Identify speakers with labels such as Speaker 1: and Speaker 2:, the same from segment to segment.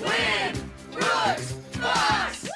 Speaker 1: Win! Brooks! Fox!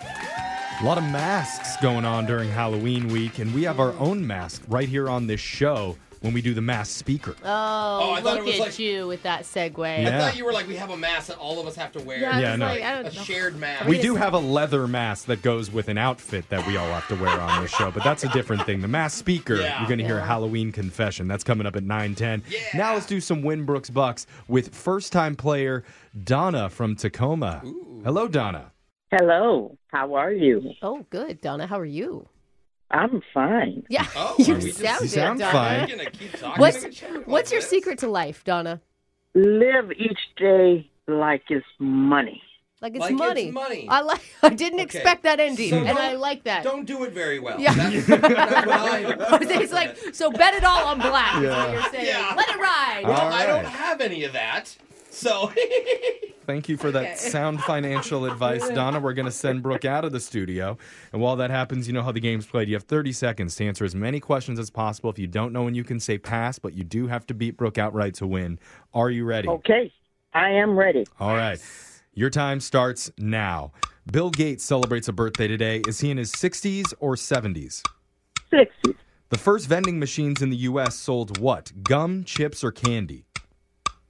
Speaker 2: A lot of masks going on during Halloween week, and we have our own mask right here on this show when we do the mask speaker.
Speaker 3: Oh,
Speaker 1: I thought it
Speaker 3: look
Speaker 1: was
Speaker 3: at
Speaker 1: like-
Speaker 3: you with that segue.
Speaker 2: Yeah.
Speaker 1: I thought you were like, we have a mask that all of us have to wear.
Speaker 3: Yeah, I
Speaker 2: Yeah,
Speaker 3: was
Speaker 2: no.
Speaker 3: like, I
Speaker 1: A
Speaker 3: don't know.
Speaker 1: shared mask.
Speaker 2: we do have a leather mask that goes with an outfit that we all have to wear on this show, but that's a different thing. The mask speaker,
Speaker 1: Yeah.
Speaker 2: you're going to hear a
Speaker 3: Yeah.
Speaker 2: Halloween confession. That's coming up at 9:10.
Speaker 1: Yeah.
Speaker 2: Now let's do some Winbrooks Bucks with first-time player Donna from Tacoma. Hello Donna.
Speaker 4: Hello, how are you?
Speaker 3: Oh, good, Donna. How are you?
Speaker 2: Oh,
Speaker 4: I'm fine.
Speaker 3: Yeah,
Speaker 1: Oh,
Speaker 3: you
Speaker 1: are we just-
Speaker 3: sound
Speaker 2: You
Speaker 3: good,
Speaker 2: sound
Speaker 3: Donna.
Speaker 1: We're
Speaker 2: fine.
Speaker 1: gonna keep talking.
Speaker 3: What's-
Speaker 1: We're gonna chat like
Speaker 3: What's your
Speaker 1: this.
Speaker 3: secret to life, Donna?
Speaker 4: Live each day like it's money.
Speaker 3: Like it's
Speaker 1: Like it's
Speaker 3: money.
Speaker 1: money.
Speaker 3: I like. I didn't
Speaker 1: Okay.
Speaker 3: expect that ending,
Speaker 1: So
Speaker 3: and
Speaker 1: don't-
Speaker 3: I like that.
Speaker 1: Don't do it very well.
Speaker 3: Yeah.
Speaker 1: That's, that's what I.
Speaker 3: it's like so. Bet it all on black. Is
Speaker 2: Yeah.
Speaker 3: what you're saying.
Speaker 1: Yeah.
Speaker 3: Let it ride.
Speaker 2: All
Speaker 1: I don't
Speaker 2: right.
Speaker 1: have any of that. So
Speaker 2: Thank you for that sound financial advice, Donna. We're going to send Brooke out of the studio. And while that happens, you know how the game's played. You have 30 seconds to answer as many questions as possible. If you don't know when you can say pass, but you do have to beat Brooke outright to win. Are you ready?
Speaker 4: Okay, I am ready.
Speaker 2: All right. Your time starts now. Bill Gates celebrates a birthday today. Is he in his 60s or 70s?
Speaker 4: Sixty,
Speaker 2: The first vending machines in the U.S. sold what? Gum, chips, or candy?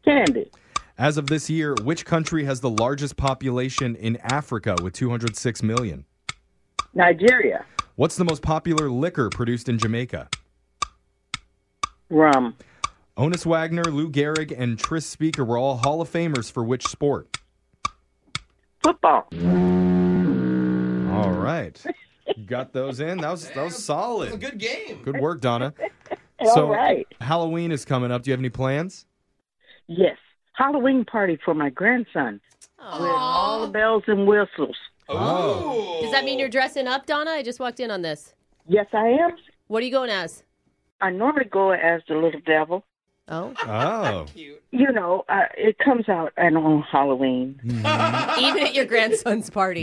Speaker 4: candy,
Speaker 2: As of this year, which country has the largest population in Africa with 206 million?
Speaker 4: Nigeria,
Speaker 2: What's the most popular liquor produced in Jamaica?
Speaker 4: rum,
Speaker 2: Onus Wagner, Lou Gehrig, and Tris Speaker were all Hall of Famers for which sport?
Speaker 4: football.
Speaker 2: All right. You Got those in. That was that was
Speaker 1: it's a
Speaker 2: solid.
Speaker 1: good game.
Speaker 2: Good work, Donna.
Speaker 4: All right.
Speaker 2: Halloween is coming up. Do you have any plans?
Speaker 4: Yes, Halloween party for my grandson. With all the bells and whistles.
Speaker 2: Oh.
Speaker 3: Does that mean you're dressing up, Donna? I just walked in on this.
Speaker 4: Yes, I am.
Speaker 3: What are you going as?
Speaker 4: I normally go as the little devil.
Speaker 3: Oh,
Speaker 2: Oh.
Speaker 1: cute?
Speaker 4: You know, uh, it comes out and on Halloween.
Speaker 3: even at your grandson's party.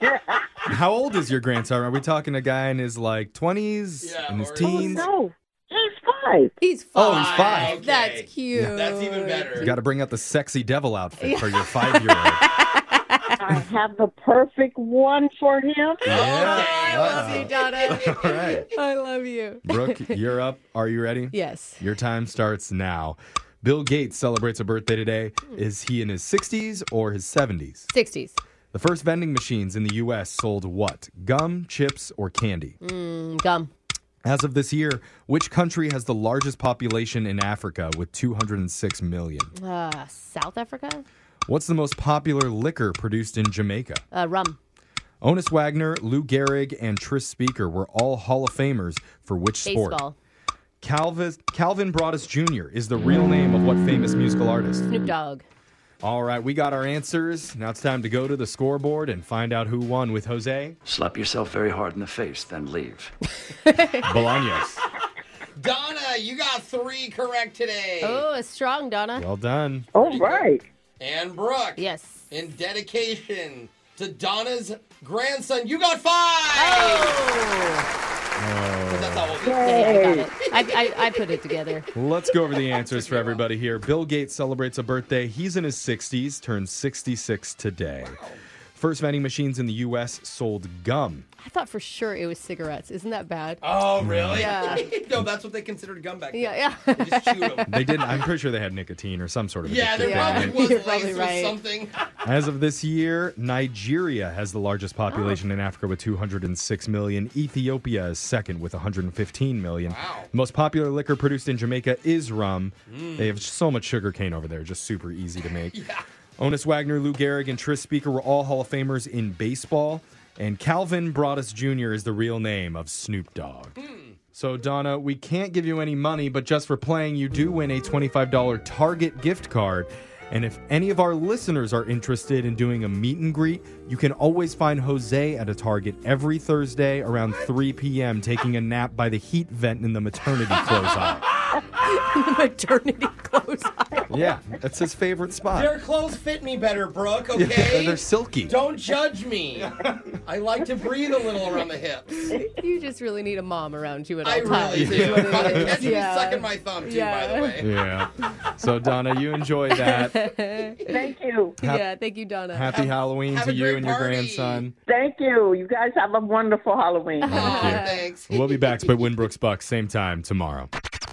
Speaker 2: Yeah. How old is your grandson? Are we talking a guy in his like 20s
Speaker 1: Yeah,
Speaker 2: in his
Speaker 1: or-
Speaker 4: Oh,
Speaker 2: teens?
Speaker 4: no, he's five.
Speaker 3: He's five.
Speaker 2: Oh, he's five.
Speaker 1: Okay.
Speaker 3: That's cute.
Speaker 1: That's even
Speaker 2: You
Speaker 1: better.
Speaker 2: got to bring out the sexy devil outfit for your 5-year-old.
Speaker 4: I have the perfect one for him.
Speaker 3: I love you,
Speaker 2: Yeah.
Speaker 3: Donna.
Speaker 2: Wow. All right.
Speaker 3: I love you.
Speaker 2: Brooke, you're up. Are you ready?
Speaker 3: Yes.
Speaker 2: Your time starts now. Bill Gates celebrates a birthday today. Is he in his 60s or his 70s?
Speaker 3: 60s.
Speaker 2: The first vending machines in the U.S. sold what? Gum, chips, or candy?
Speaker 3: Mm, gum.
Speaker 2: As of this year, which country has the largest population in Africa with 206 million?
Speaker 3: Uh, South Africa?
Speaker 2: What's the most popular liquor produced in Jamaica?
Speaker 3: Uh, rum.
Speaker 2: Onus Wagner, Lou Gehrig, and Tris Speaker were all Hall of Famers for which sport?
Speaker 3: Baseball.
Speaker 2: Calvis, Calvin Broadus Jr. is the real name of what famous musical artist?
Speaker 1: Mm.
Speaker 3: Snoop Dogg.
Speaker 2: All right, we got our answers. Now it's time to go to the scoreboard and find out who won with Jose
Speaker 5: Slap yourself very hard in the face, then leave.
Speaker 2: Bolaños.
Speaker 1: Donna, you got three correct today.
Speaker 3: Oh, it's strong, Donna.
Speaker 2: well done.
Speaker 4: All right.
Speaker 1: And Brooke.
Speaker 3: Yes.
Speaker 1: In dedication to Donna's grandson, you got five.
Speaker 3: Oh!
Speaker 1: That's how we'll do.
Speaker 3: Yeah, yeah, I got it. I, I, I put it together.
Speaker 2: Let's go over the answers for everybody here. Bill Gates celebrates a birthday. He's in his 60s, turned 66 today. First vending machines in the U.S. sold gum.
Speaker 3: I thought for sure it was cigarettes. Isn't that bad?
Speaker 1: Oh, really?
Speaker 3: Yeah.
Speaker 1: no, that's what they considered gum back then.
Speaker 3: Yeah, yeah.
Speaker 1: They just chewed 'em.
Speaker 2: They didn't. I'm pretty sure they had nicotine or some sort of.
Speaker 1: Yeah, there
Speaker 2: addictive
Speaker 3: Yeah.
Speaker 1: probably
Speaker 2: thing.
Speaker 1: was
Speaker 3: You're
Speaker 1: lace
Speaker 3: probably
Speaker 1: or
Speaker 3: right.
Speaker 1: something.
Speaker 2: As of this year, Nigeria has the largest population in Africa with 206 million. Ethiopia is second with 115 million.
Speaker 1: Wow.
Speaker 2: The most popular liquor produced in Jamaica is rum. They have so much sugar cane over there, just super easy to make. Onus Wagner, Lou Gehrig, and Tris Speaker were all Hall of Famers in baseball. And Calvin Broadus Jr. is the real name of Snoop Dogg. So, Donna, we can't give you any money, but just for playing, you do win a $25 Target gift card. And if any of our listeners are interested in doing a meet and greet, you can always find Jose at a Target every Thursday around 3 p.m., taking a nap by the heat vent in the maternity clothes aisle.
Speaker 3: the maternity clothes.
Speaker 2: Yeah, that's his favorite spot.
Speaker 1: Their clothes fit me better, Brooke,
Speaker 2: Yeah,
Speaker 1: okay?
Speaker 2: they're silky.
Speaker 1: Don't judge me. I like to breathe a little around the hips.
Speaker 3: You just really need a mom around you at all
Speaker 1: I
Speaker 3: times.
Speaker 1: really
Speaker 3: is
Speaker 1: do.
Speaker 3: what it
Speaker 1: Fucking
Speaker 3: is.
Speaker 1: Catch me
Speaker 3: Yeah.
Speaker 1: sucking my thumb, too, by
Speaker 3: Yeah.
Speaker 1: the way.
Speaker 2: Yeah. So Donna, you enjoy that.
Speaker 4: Thank you.
Speaker 2: Hap-
Speaker 3: yeah, thank you, Donna.
Speaker 2: Happy Halloween
Speaker 1: have
Speaker 2: to
Speaker 1: a
Speaker 2: you
Speaker 1: great
Speaker 2: and your
Speaker 1: party.
Speaker 2: grandson.
Speaker 4: Thank you. You guys have a wonderful Halloween.
Speaker 1: Aw, thanks.
Speaker 2: We'll be back, but Winbrook's Bucks, same time tomorrow.